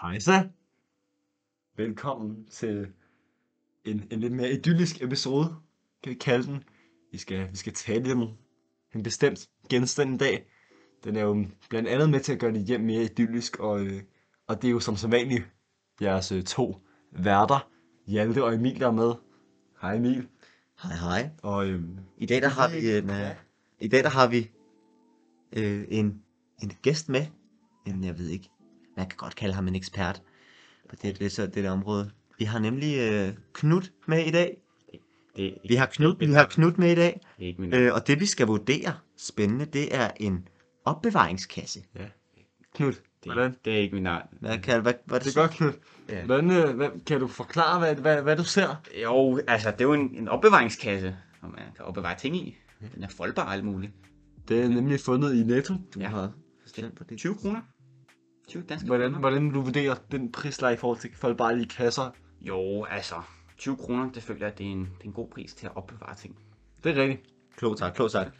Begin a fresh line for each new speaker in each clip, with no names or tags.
Hejsa!
Velkommen til en, en lidt mere idyllisk episode, kan vi kalde den. Vi skal, vi skal tale om en bestemt genstand i dag. Den er jo blandt andet med til at gøre dit hjem mere idyllisk, og, øh, og det er jo som så vanligt jeres øh, to værter, Hjalte og Emil, der er med. Hej Emil.
Hej hej.
Og øh,
I dag der har vi en, øh, i dag der har vi øh, en, en gæst med. Jamen, jeg ved ikke. Man kan godt kalde ham en ekspert på det, det, så, det der område. Vi har nemlig øh, Knut med i dag.
Det er ikke,
Vi har Knut, vi har Knut med i dag.
det er ikke min
Øh, og det vi skal vurdere spændende, det er en opbevaringskasse.
Knud,
det,
hvordan?
det er ikke min navn.
Hvad kan hvad, hvad
Det er godt, Knud.
Ja.
Hvordan, øh, hvad, kan du forklare, hvad, hvad, hvad du ser?
Jo, altså, det er jo en, en opbevaringskasse, hvor man kan opbevare ting i. Den er foldbar og alt muligt.
Det er nemlig fundet i Netto.
Du
Ja.
har forstand på det.
20 kroner. 20 danske
Hvordan,
kroner.
hvordan vil du vurderer den prisleje i forhold til foldbarlige kasser?
Jo, altså, 20 kroner, det føler jeg, det er en, det er en god pris til at opbevare ting.
Det er rigtigt.
Klogt sagt, klogt sagt.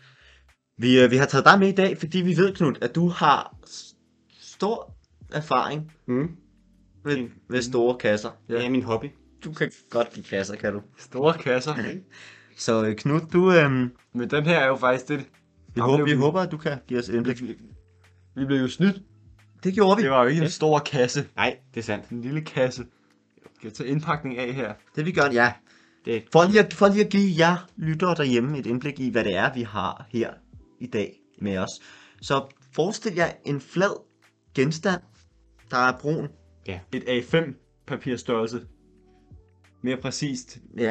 Vi, øh, vi har taget dig med i dag, fordi vi ved, Knud, at du har s- stor erfaring
Mm.
med, med store kasser.
Ja.
Ja. Det er min hobby.
Du kan godt lide kasser, kan du?
Store kasser.
Så øh, Knud, du, øhm,
Men den her er jo faktisk det.
vi,
Der
håber,
blev
vi
vi-
håber, at du kan give os indblik.
Vi blev jo snydt.
Det gjorde vi.
Det var jo ikke en stor kasse.
Nej, det er sandt.
En lille kasse. Jeg skal tage indpakning af her.
Det vi gør, ja.
Det er,
For lige, at, for lige at give jer lyttere derhjemme et indblik i, hvad det er, vi har her i dag med os. Så forestil jer en flad genstand, der er brun.
Et A5 papirstørrelse. Mere præcist.
Ja, der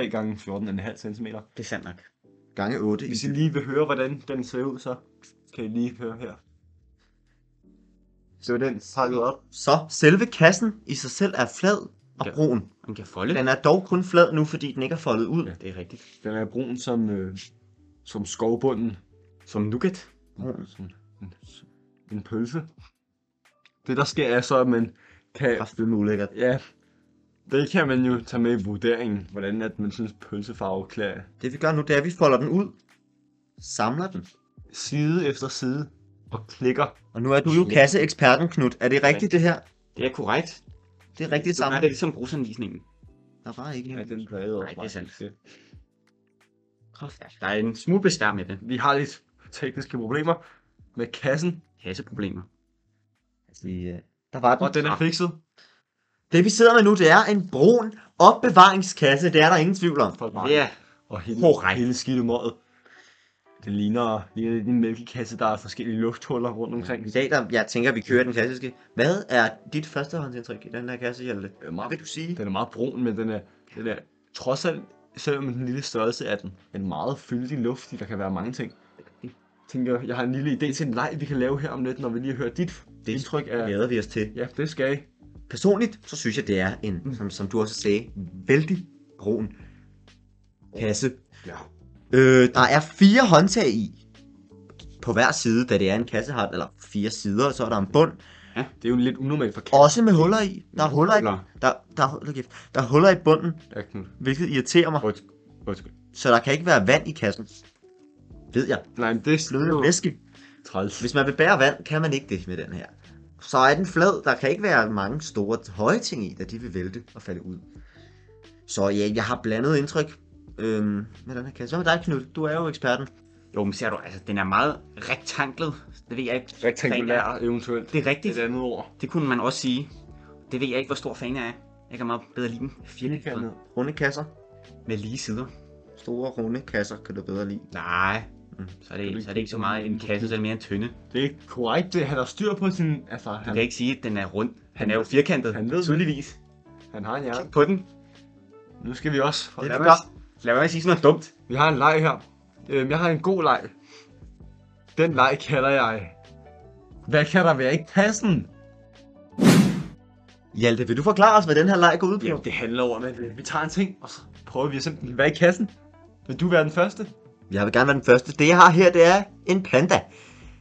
21,3 gange 14,5 cm.
det er sandt nok.
gange 8.
Hvis I lige vil høre, hvordan den ser ud, så kan I lige høre her. Så er den pakket op.
Så selve kassen i sig selv er flad og
Ja.
brun.
Man kan folde.
Den er dog kun flad nu, fordi den ikke er foldet ud.
Det er rigtigt.
Den er brun som, øh, som skovbunden.
Som nougat.
Brun.
Sådan en, en pølse. Det der sker er så, at man kan...
Kræft, det er ulækkert.
Ja, det kan man jo tage med i vurderingen, hvordan at man synes pølsefarve klæder
Det vi gør nu, det er, at vi folder den ud, samler den.
side efter side og klikker.
Og nu er du jo kasseeksperten, Knut. Er det rigtigt, det her?
Det er korrekt.
Det er rigtigt
Du har
samlet.
det er ligesom brugsanvisningen.
Der var ikke en.
den plade
Nej, det er sandt. Der er en smule besvær med det.
Vi har lidt tekniske problemer med kassen,
Kasseproblemer.
Vi, øh, Der var den.
og den er fikset.
Det vi sidder med nu, det er en brun opbevaringskasse. Det er der ingen tvivl om.
Folk
Ja,
Og hele,
Korrekt.
hele skidte møget. Det ligner, ligner lidt en mælkekasse, der er forskellige lufthuller rundt omkring.
I dag, der, jeg tænker, vi kører den klassiske. Hvad er dit førstehåndsindtryk i den her kasse, Hjalte? Hvad vil du sige?
Den er Øh, meget brun, men den er, den er trods alt, selvom den lille størrelse er den, en meget fyldig luft, i. der kan være mange ting. Jeg tænker, jeg har en lille idé til en leg, vi kan lave her om lidt, når vi lige hører dit det indtryk af...
glæder vi os til.
Ja, det skal I.
Personligt, så synes jeg, det er
Mm.
en, som, som du også sagde, vældig brun kasse.
Ja.
Øh, der er fire håndtag i. På hver side, da det er en kassehart, eller fire sider, og så er der en bund.
Det er jo en lidt unormalt for
Også med huller i. Der er huller i,
Huller.
der, der, er huller, kæft. der er huller i bunden,
katten.
hvilket irriterer mig.
Undskyld. Undskyld.
Så der kan ikke være vand i kassen. Ved jeg.
Nej, men det er
Bløde
slået
væske.
træls.
Hvis man vil bære vand, kan man ikke det med den her. Så er den flad. Der kan ikke være mange store høje ting i, da de vil vælte og falde ud. Så ja, jeg har blandet indtryk øhm, med den her kasse. Hvad med dig, Knud? Du er jo eksperten.
Jo, men ser du, altså, den er meget rektanglet. Det ved jeg ikke.
Rektangulær eventuelt.
Det er rigtigt.
Et andet ord.
Det kunne man også sige. Det ved jeg ikke, hvor stor fan jeg er. Jeg kan meget bedre lide den firkantet
Runde kasser.
med lige sider.
Store runde kasser kan du bedre lide.
Nej, så er det, så er det Mm. ikke så meget en kasse, så er det mere en tynde.
Det er ikke korrekt. Det, han har styr på sin... Altså,
Du
han,
kan ikke sige, at den er rund. Han er jo firkantet.
han ved
tydeligvis.
han har en hjerne.
Kig på den.
Nu skal vi også...
Det er
Lad
vi
mig,
gør.
lad mig sige sådan noget dumt.
Vi har en leg her. Øhm, jeg har en god leg. Den leg kalder jeg... Hvad kan der være i kassen?
Hjalte, vil du forklare os, hvad den her leg går ud på?
Jamen, det handler om, at øh, vi tager en ting, og så prøver vi at simpelthen være i kassen. Vil du være den første?
Jeg vil gerne være den første. Det jeg har her, det er en panda.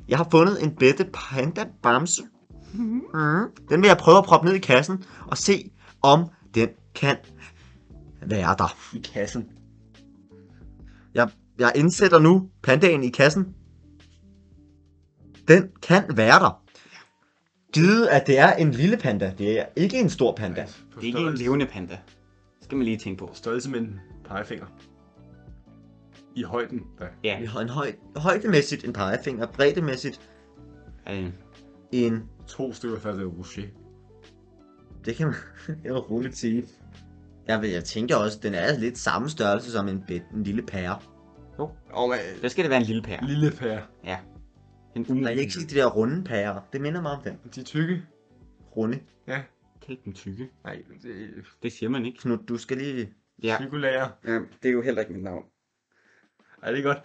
Jeg har fundet en bedte panda bamse. Mm. Den vil jeg prøve at proppe ned i kassen og se, om den kan være der.
I kassen.
Jeg, jeg indsætter nu pandaen i kassen. Den kan være der. Givet, at det er en lille panda. Det er ikke en stor panda.
Det er ikke en levende panda. Det skal man lige tænke på.
Størrelse med en pegefinger. I højden, der.
Ja,
Vi har en høj, højdemæssigt en pegefinger, breddemæssigt
øh,
en...
To stykker falder af Rocher.
Det kan man jeg vil roligt sige. Jeg, ved, jeg tænker også, at den er lidt samme størrelse som en, bed, en lille pære.
Åh, oh,
der skal det være en lille pære.
Lille pære.
En
Nej,
umulig.
ikke sige de der runde pærer. Det minder mig om den.
De er tykke.
Runde.
Kald den tykke.
Nej, det
Det siger man ikke.
Knut, du skal lige...
Ja.
er psykolager.
ja, det er jo heller ikke mit navn.
Ej, det er godt.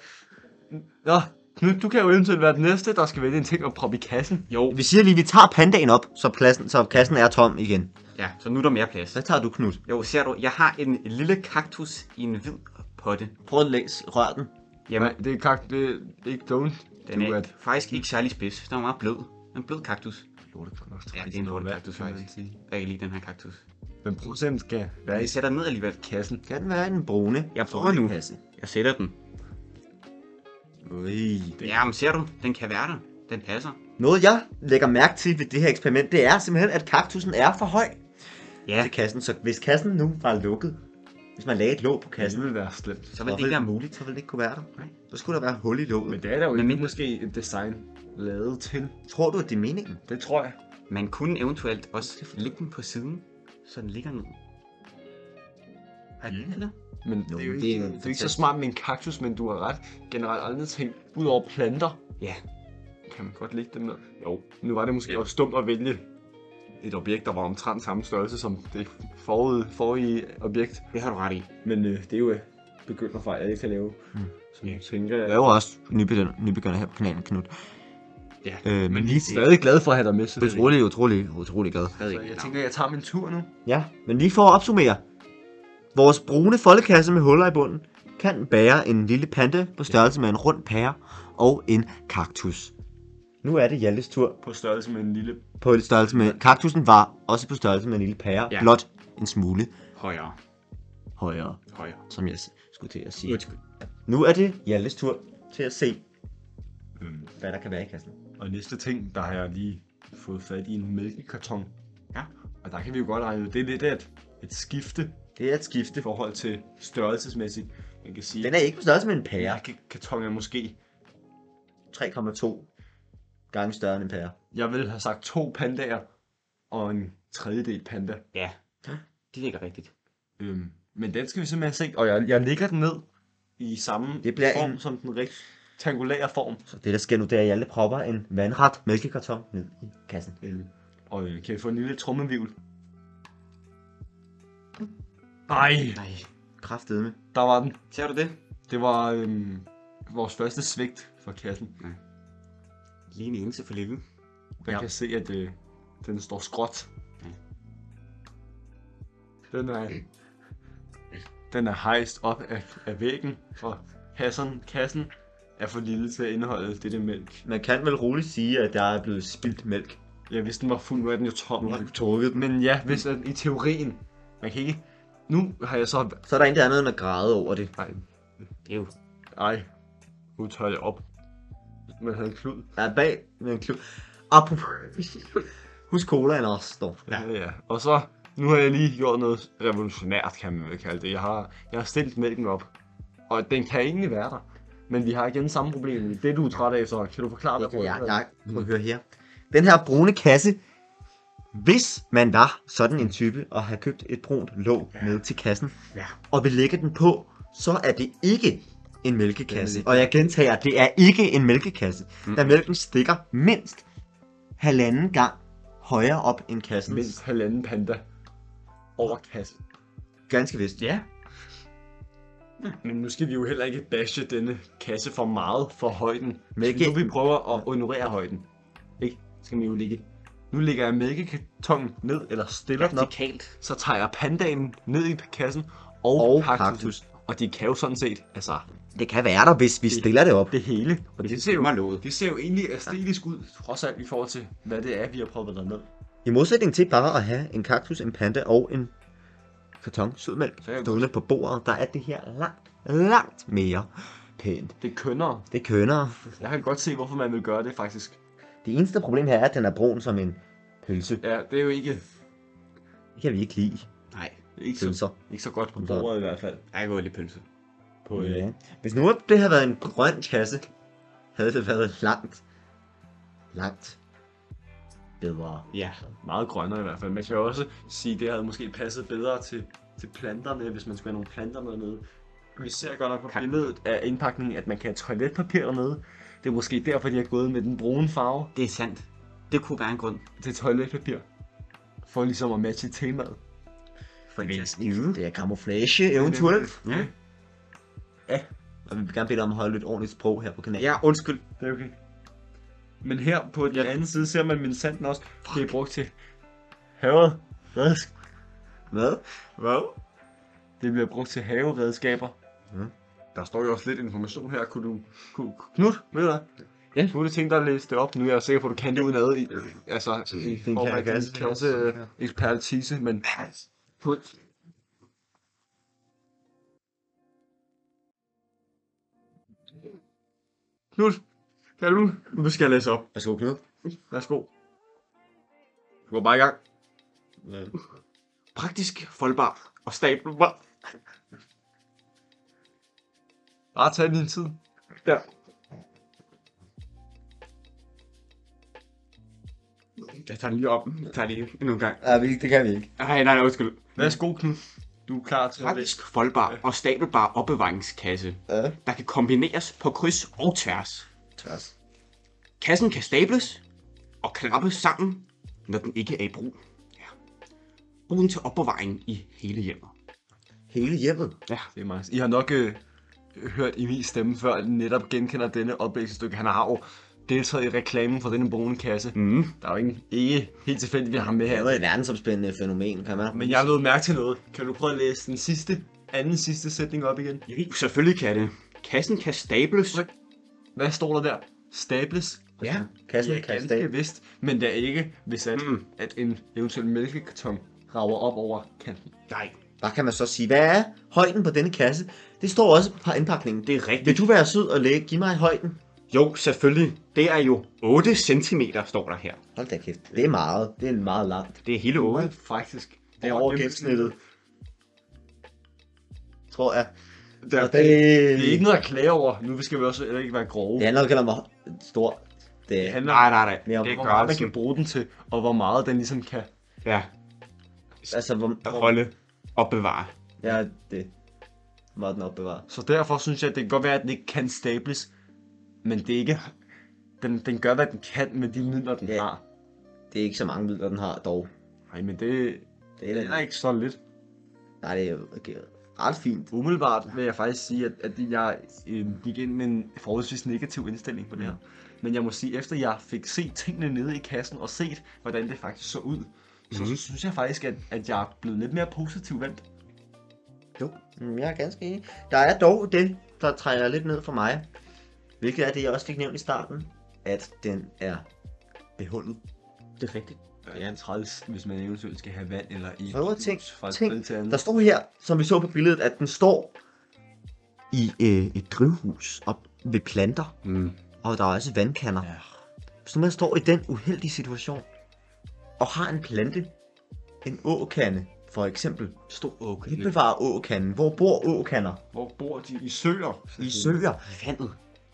Nå, Knud, du kan jo eventuelt være den næste, der skal vælge en ting og proppe i kassen.
Jo,
Vi siger lige, at vi tager pandaen op, så, pladsen, så kassen er tom igen.
ja, så nu er der mere plads.
Så tager du, Knut.
Jo, ser du, jeg har en lille kaktus i en hvid potte.
Prøv at læse, rør den.
Jamen,
Nej, det er kak, det er ikke don't.
den
do
er
it.
faktisk ikke særlig spids. Den er meget blød. En blød kaktus.
Lorteknoster.
Ja, det er en lortekaktus, faktisk. Jeg kan lide den her kaktus.
Men procent skal være i
Jeg sætter den ned alligevel.
kassen.
Kan den være i den brune?
Jeg prøver nu.
Kasse.
Jeg sætter den.
Ui.
Jamen, ser du, den kan være der. Den passer.
Noget jeg lægger mærke til ved det her eksperiment, det er simpelthen, at kaktusen er for høj
Ja,
til kassen. Så hvis kassen nu var lukket, hvis man lagde et låg på
Kassen
kassen,
vil være slemt.
så vil det ikke være muligt.
så ville det ikke kunne være der.
Nej.
Så skulle der være hul i låget.
Men
Men
det er der jo
Men
ikke
mindre-
måske et design lavet til.
tror du, at det er meningen?
Det tror jeg.
Man kunne eventuelt også lægge den på siden, så den ligger ned. Er det eller?
Men det er jo
men
ikke,
det er jo
det er jo ikke så
fantastisk.
smart med en kaktus, men du har ret. Generelt aldrig tænkt, ud over planter,
Ja.
kan man godt lægge dem ned. Jo, nu var det måske også dumt at vælge et objekt, der var omtrent samme størrelse som det forrige, forrige objekt.
Det har du ret i.
Men øh, det er jo øh, begynderfejl, jeg ikke kan lave. Mm. Så jeg tænker,
Jeg
at
er jo også nybegynder, nybegynder her på kanalen, Knut.
Ja,
øh, men lige
jeg er stadig glad for at have dig med. Så, så
Utrolig, utrolig, utrolig glad.
Stadig ikke.
jeg
mit
tænker, at jeg tager min tur nu.
Ja, men lige for at opsummere. Vores brune foldekasse med huller i bunden kan bære en lille panda på størrelse med en rund pære og en kaktus. Nu er det Hjaltes tur
På størrelse med en lille
på en størrelse med... Kaktusen var også på størrelse med en lille pære,
Ja.
ja. blot en smule
navn. Højere.
højere,
Højere.
som jeg s- skulle til at sige.
Undskyld.
Nu er det Hjaltes tur til at se,
Øhm,
hvad der kan være i kassen.
Og næste ting, der har jeg lige fået fat i en mælkekarton.
Ja.
Og der kan vi jo godt regne ud, det er lidt af et, et skifte
Det er et skifte.
i forhold til størrelsesmæssigt. Man kan sige,
Den er ikke på størrelse med en pære.
mælkekarton er måske...
3,2 gange større end en pære.
Jeg ville have sagt to pandaer og en tredjedel panda.
Ja. Det ligger rigtigt.
Øhm, men den skal vi simpelthen se, og jeg, jeg lægger den ned i samme
Det bliver
form
en-
som den rektangulære form.
Så det, der sker nu, det er, at Hjalte propper en vandret mælkekarton ned i kassen.
Øhm, og øh, kan vi få en lille trummevivl? Nej,
Nej.
Kraftedeme.
der var den.
Ser du det?
Det var øhm, vores første svigt for kassen.
Lige en eneste for lille.
Man
Ja.
ja. kan se, at øh, den står skråt.
Ja.
Den er, den er hejst op af, af væggen, og kassen, kassen er for lille til at indeholde dette mælk.
Man kan vel roligt sige, at der er blevet spildt mælk.
Ja, hvis den var fuld, nu er den jo tom.
Nu har du trukket den.
Men ja, hvis at, i teorien, man kan ikke... Nu har jeg så...
Så er der intet andet end at græde over det.
Ej,
Det er jo
ej. Nu tør jeg op. Man havde en klud.
Der er bag med en klub. Apropos. Husk colaen også, dog.
Ja. ja. Og så, nu har jeg lige gjort noget revolutionært, kan man vel kalde det. Jeg har, jeg har stillet mælken op, og den kan egentlig være der. Men vi har igen samme problem. Det du er træt af efter, kan du forklare
Ja,
mig?
ja, ja. Må høre her. Den her brune kasse, hvis man var sådan en type og havde købt et brunt låg med til kassen,
Ja.
og vil lægge den på, så er det ikke en mælkekasse.
Det
Og jeg gentager, det er ikke en mælkekasse, mm. da mælken stikker mindst halvanden gang højere op end kassen.
Mindst halvanden panda over kassen.
Ganske vist.
Ja.
Men nu skal vi jo heller ikke bashe denne kasse for meget for højden.
Mælke-
Mælke. Nu vi prøver at ignorere højden. Ikke? Skal vi jo ligge. Nu lægger jeg mælkekartongen ned, eller stiller den op.
vertikalt.
så tager jeg pandaen ned i kassen og,
Og
og
kaktus.
kaktus. Og de kan jo sådan set, altså,
Det kan være der, hvis vi stiller det op.
det hele. Og det ser jo,
Mig låget.
det ser jo egentlig æstetisk ud, trods alt i forhold til, hvad det er, vi har prøvet derned.
I modsætning til bare at have en kaktus, en panda og en karton sødmælk
er jeg
stående på bordet, der er det her langt, langt mere pænt.
Det er kønnere.
Det kønner.
Jeg kan godt se, hvorfor man vil gøre det, faktisk.
Det eneste problem her er, at den er brun som en pølse.
Ja, det er jo ikke,
Det kan vi ikke lide.
Nej,
ikke, så,
Pølser.
ikke så godt på
Sådan.
bordet i hvert fald.
jeg kan godt lide pølse.
På, øh,
Ja. Hvis nu det havde været en grøn kasse, havde det været langt, langt bedre.
Ja.
meget grønnere i hvert fald. Man kan jo også sige, at det havde måske passet bedre til, til planterne, hvis man skulle have nogle planter med nede. Vi ser godt nok på
Kan-
billedet af indpakningen, at man kan have toiletpapir dernede. Det er måske derfor, de har gået med den brune farve
Det er sandt. Det kunne være en grund.
til toiletpapir. For ligesom at matche temaet.
Fantastisk. Det er camouflage eventuelt.
Ja.
Og vi vil gerne bede dig om at holde et ordentligt sprog her på kanalen.
ja, undskyld.
Det er okay. Men her på den
Ja.
anden side ser man min sanden også. Det er brugt til havet. Redsk.
Hvad?
Hvad? Det bliver brugt til haveredskaber.
Mm. Der står jo også lidt information her. Kunne du... Kunne...
Knut, ved du hvad?
Ja.
Du har tænkt dig at læse det op nu. Jeg er sikker på, at du kan det udenad i, altså, i
Den
form
kan
af
jeg
din
godt.
klasse øh, ekspertise, men på, Knut, kan du?
Nu skal jeg læse op.
Værsgo, Knud.
Værsgo.
Du går bare i gang. Praktisk, foldbar og stabelbar.
Bare tag din tid. Der.
Jeg tager den lige op. Jeg tager lige endnu en gang.
Ja, vi, det kan vi ikke.
Nej, nej, nej, undskyld.
Værsgo, Knut. Du er klar til at læse.
Praktisk, foldbar og stabelbar opbevaringskasse,
Ja.
der kan kombineres på kryds og tværs.
Tværs.
Kassen kan stables og klappes sammen, når den ikke er i brug. Ja. Brug den til opbevaring i hele hjemmet.
Hele hjemmet.
Det er meget. I har nok øh, hørt i min stemme før, at I netop genkender denne oplægningsstykke. Han har jo deltaget i reklamen for denne brune kasse.
Mm.
Mhm.
Der er jo ikke, ikke helt tilfældigt, vi har ham med
Det
her.
er jo et verdensomspændende fænomen, kan man.
Men jeg lod mærke til noget. Kan du prøve at læse den sidste, anden sidste sætning op igen?
Jo, selvfølgelig kan det. Kassen kan stables.
Hvad står der der? Stables?
Ja.
Kassen
Ja,
kan Mhm.
ganske
stab.
vist, men der er ikke, hvis at,
Mm.
mm. at en eventuel mælkekarton rager op over kanten.
Nej,
Hvad kan man så sige? Hvad er højden på denne kasse? Det står også på indpakningen.
det er rigtigt.
Vil du være sød og lægge, give mig højden?
Jo, selvfølgelig. Det er jo 8 cm, står der her.
Hold da kæft. Det er meget. Det er meget langt.
Det er hele 8.
Faktisk.
Det er over gennemsnittet. Tror jeg.
Der, det,
Og det,
det, er ikke noget at klage over. Nu skal vi også heller ikke være grove.
det handler ikke om hvor stor. Det er
handler
Nej, nej, nej.
mere om,
Det
hvor
gør
meget man
altså.
kan bruge den til, og hvor meget den ligesom kan.
Ja,
altså hvor, hvor
holde og bevare.
ja, det må den opbevare.
Så derfor synes jeg, at det kan godt være, at den ikke kan stables, men det er ikke... Den, den gør, hvad den kan med de midler, den
Ja.
har.
Det er ikke så mange midler, den har dog.
Nej, men det,
Det er,
det er
da-
ikke så lidt.
nej, det er jo okay, ret fint.
Umiddelbart vil jeg faktisk sige, at, at jeg øh, gik ind med en forholdsvis negativ indstilling på det her. Men jeg må sige, efter jeg fik set tingene nede i kassen og set, hvordan det faktisk så ud, så
Mhm.
synes jeg faktisk, at, at jeg er blevet lidt mere positiv vendt.
Jo, mm, jeg er ganske enig. Der er dog det, der trækker lidt ned for mig. Hvilket er det, jeg også fik nævnt i starten. At den er behullet.
Det er rigtigt.
Det er en træls, hvis man eventuelt skal have vand eller i
Prøv at tænke-
fra et
tænk,
sted til andet.
Der står her, som vi så på billedet, at den står i øh, et drivhus op ved planter.
Mm.
Og der er også vandkanner.
Ja.
Hvis nu man står i den uheldige situation, og har en plante, en åkande for eksempel.
Stor okay.
Vi bevarer åkanden. Hvor bor åkander?
Hvor bor de? I søer?
I søer.
I vandet.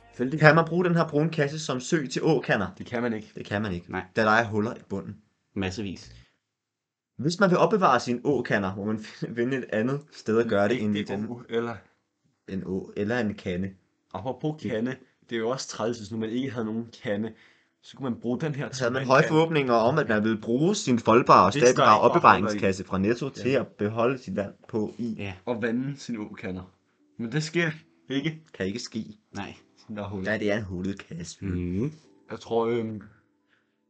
Selvfølgelig kan man bruge den her brune kasse som sø til åkander.
Det kan man ikke.
Det kan man ikke,
Nej.
da der er huller i bunden.
Massevis.
Hvis man vil opbevare sine åkander, må man finde- finde et andet sted at gøre det end i den,
den. Eller
en å eller en kande.
apropos kande, det er jo også træls, hvis nu man ikke havde nogen kande, så kunne man bruge den her
Så havde man
til-
høje forhåbninger om, at man ville bruge sin foldbare og
Hvis der
stabbare
ikke var
opbevaringskasse fra Netto til at beholde sit land på i.
Ja,
og vande sine åkander. Men det sker ikke,
Kan ikke ske.
nej.
sådan der er hul.
Ja, det er en hullet kasse.
Mm.
Jeg tror, øhm,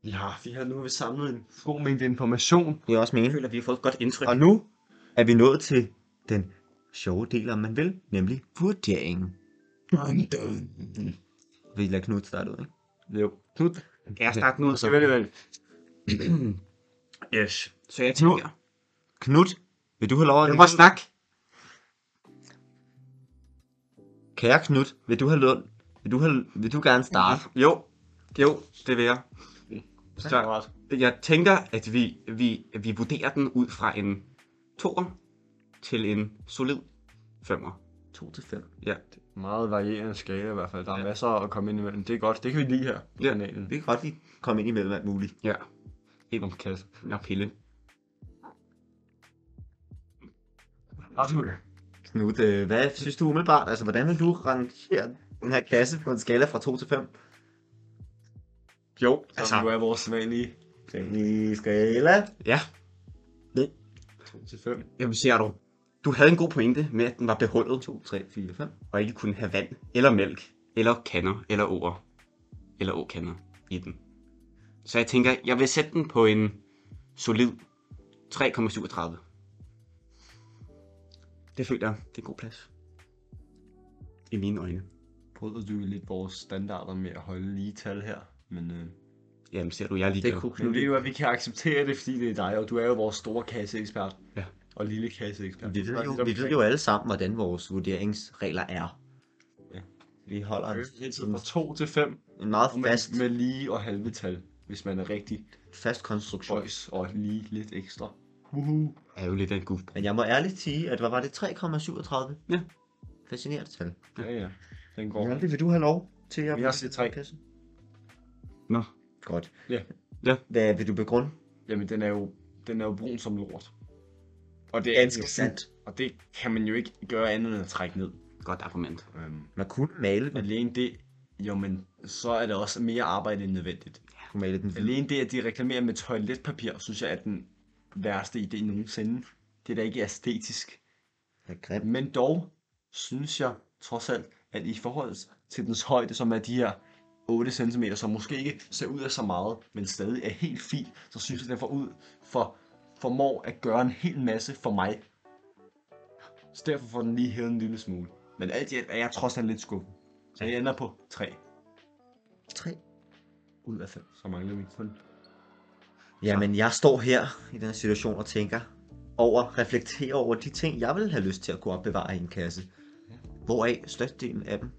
vi har, vi har nu har vi samlet en god mængde information.
Det er også meningen.
føler, at vi har fået et godt indtryk.
Og nu er vi nået til den sjove del, om man vil, nemlig vurderingen. Vi lader Knud starte ud, ikke?
Jo. Knut,
Kan jeg starte nu?
Så-
vel, vel. yes. Så jeg tænker,
Knud, vil du have lov at
lad mig snakke.
Kære Knud, vil du have lund? Vil du, have, vil du gerne starte?
Jo, jo, det vil jeg. Så
Generelt.
jeg tænker, at vi, vi, vi vurderer den ud fra en toer til en solid femmer.
2 til 5.
Ja,
Meget varierende skala i hvert fald. Der er ja. masser at komme ind imellem. Det er godt. Det kan vi lide her på
Ja.
kanalen.
Vi kan godt lige komme ind imellem alt muligt.
ja.
Helt om kasse.
Nå, Pille.
Absolut.
Knut, øh, hvad synes du umiddelbart? Altså, hvordan vil du rangere den her klasse på en skala fra 2 til 5?
Jo,
Altså, nu er vores sædvanlige
Lige skala.
Ja,
2-5.
jamen ser du. Du havde en god pointe med, at den var behullet
2, 3, 4, 5.
og ikke kunne have vand eller mælk eller kander eller åer eller åkander i den. Så jeg tænker, jeg vil sætte den på en solid 3,37. Det føler jeg, det er en god plads. I mine øjne.
Bryder du lidt vores standarder med at holde lige tal her? Men, øh,
Jamen ser du, jeg er lige
Det kunne
men
Knut
det er jo, at vi kan acceptere det, fordi det er dig, og du er jo vores store kasseekspert.
Ja.
Og lille kasseekspert.
Vi ved, jo, vi ved jo alle sammen, hvordan vores vurderingsregler er.
Ja.
Vi holder en,
Altid fra 2 til 5,
en meget fast,
med, med lige og halve tal, hvis man er rigtig
fast konstruktion.
boys og lige lidt ekstra. Uhu.
er jo lidt af en goof.
Men jeg må ærligt sige, at hvad var det? 3,37?
Ja.
Fascinerende tal.
Ja, ja. Den går.
det vil du have lov til at...
Vi har set tre.
Nå.
Godt.
Ja.
Ja.
Hvad vil du begrunde?
Jamen, den er jo, den er jo brun som lort. Og det er
Ganske
jo-
sandt.
Og det kan man jo ikke gøre andet end at trække ned.
Godt argument.
Øhm,
Man kunne male den,
alene det, jo, men så er det også mere arbejde end nødvendigt.
kunne male den hvid.
Alene det, at de reklamerer med toiletpapir, synes jeg er den værste idé nogensinde. Det er da ikke æstetisk.
Det er grimt.
Men dog synes jeg trods alt, at i forhold til dens højde, som er de her 8 cm, som måske ikke ser ud af så meget, men stadig er helt fint, så synes jeg, at den får ud for, formår at gøre en hel masse for mig. Så derfor får den lige hævet en lille smule. Men alt i alt er jeg trods alt lidt skuffet. Så jeg ender på 3
Tre.
ud af 5. Så mangler vi kun
Jamen, jeg står her i den her situation og tænker over, reflekterer over de ting, jeg ville have lyst til at kunne opbevare i en kasse. Hvoraf størstedelen af dem,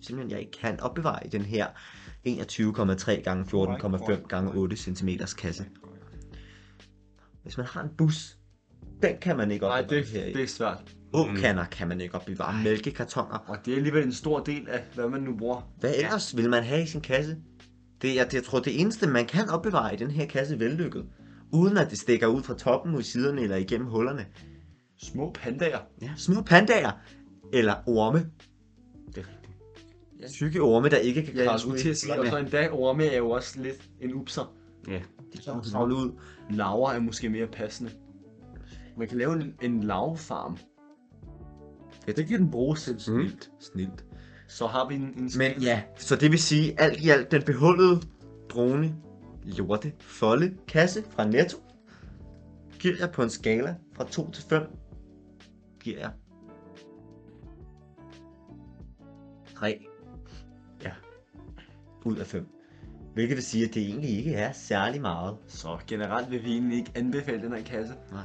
simpelthen jeg ikke kan opbevare i den her 21,3 gange 14,5 gange 8 cm kasse. Hvis man har en bus, den kan man ikke
Nej,
opbevare
det,
her i.
det Mm. er svært.
Åkander kan man ikke opbevare. Mælkekartoner.
Og det er alligevel en stor del af, hvad man nu bruger.
Hvad ellers vil man have i sin kasse? Det, jeg, jeg tror, det eneste, man kan opbevare i den her kasse er vellykket, uden at det stikker ud fra toppen mod siderne eller igennem hullerne.
Små pandager.
Ja. Små pandager eller orme.
Det er rigtigt.
Syge orme, der ikke kan
Ja, jeg
kravle ud
skulle
i
til at sige, og så
hullerne.
endda orme er jo også lidt en upser.
Ja.
De kan kravle ud.
Laver er måske mere passende. Man kan lave en, en larvefarm. Ja, det kan den bruges til. Snilt. Snilt. Så har vi en, en
Mhm. Men ja, så det vil sige, alt i alt den behullede drone, lorte, folde, kasse fra Netto, giver jeg på en skala fra 2 til 5, giver jeg 3
Ja.
ud af 5. Hvilket vil sige, at det egentlig ikke er særlig meget.
Så generelt vil vi egentlig ikke anbefale den her kasse.
Nej.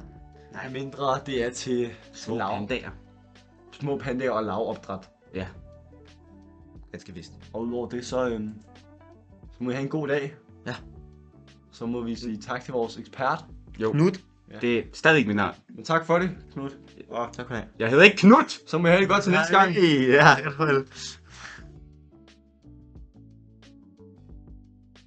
Nej, mindre det er til
Små
lav-
pandager.
små pandager og lavopdræt.
Ja.
Ganske vist.
Og udover det, så, øhm, så må I have en god dag.
Ja.
Så må vi sige tak til vores ekspert.
Knut,
Det er stadig ikke mit navn.
Men tak for det, Knut.
tak for det.
Jeg hedder ikke Knut!
Så må I have det godt til næste gang.
Ja, i hvert fald.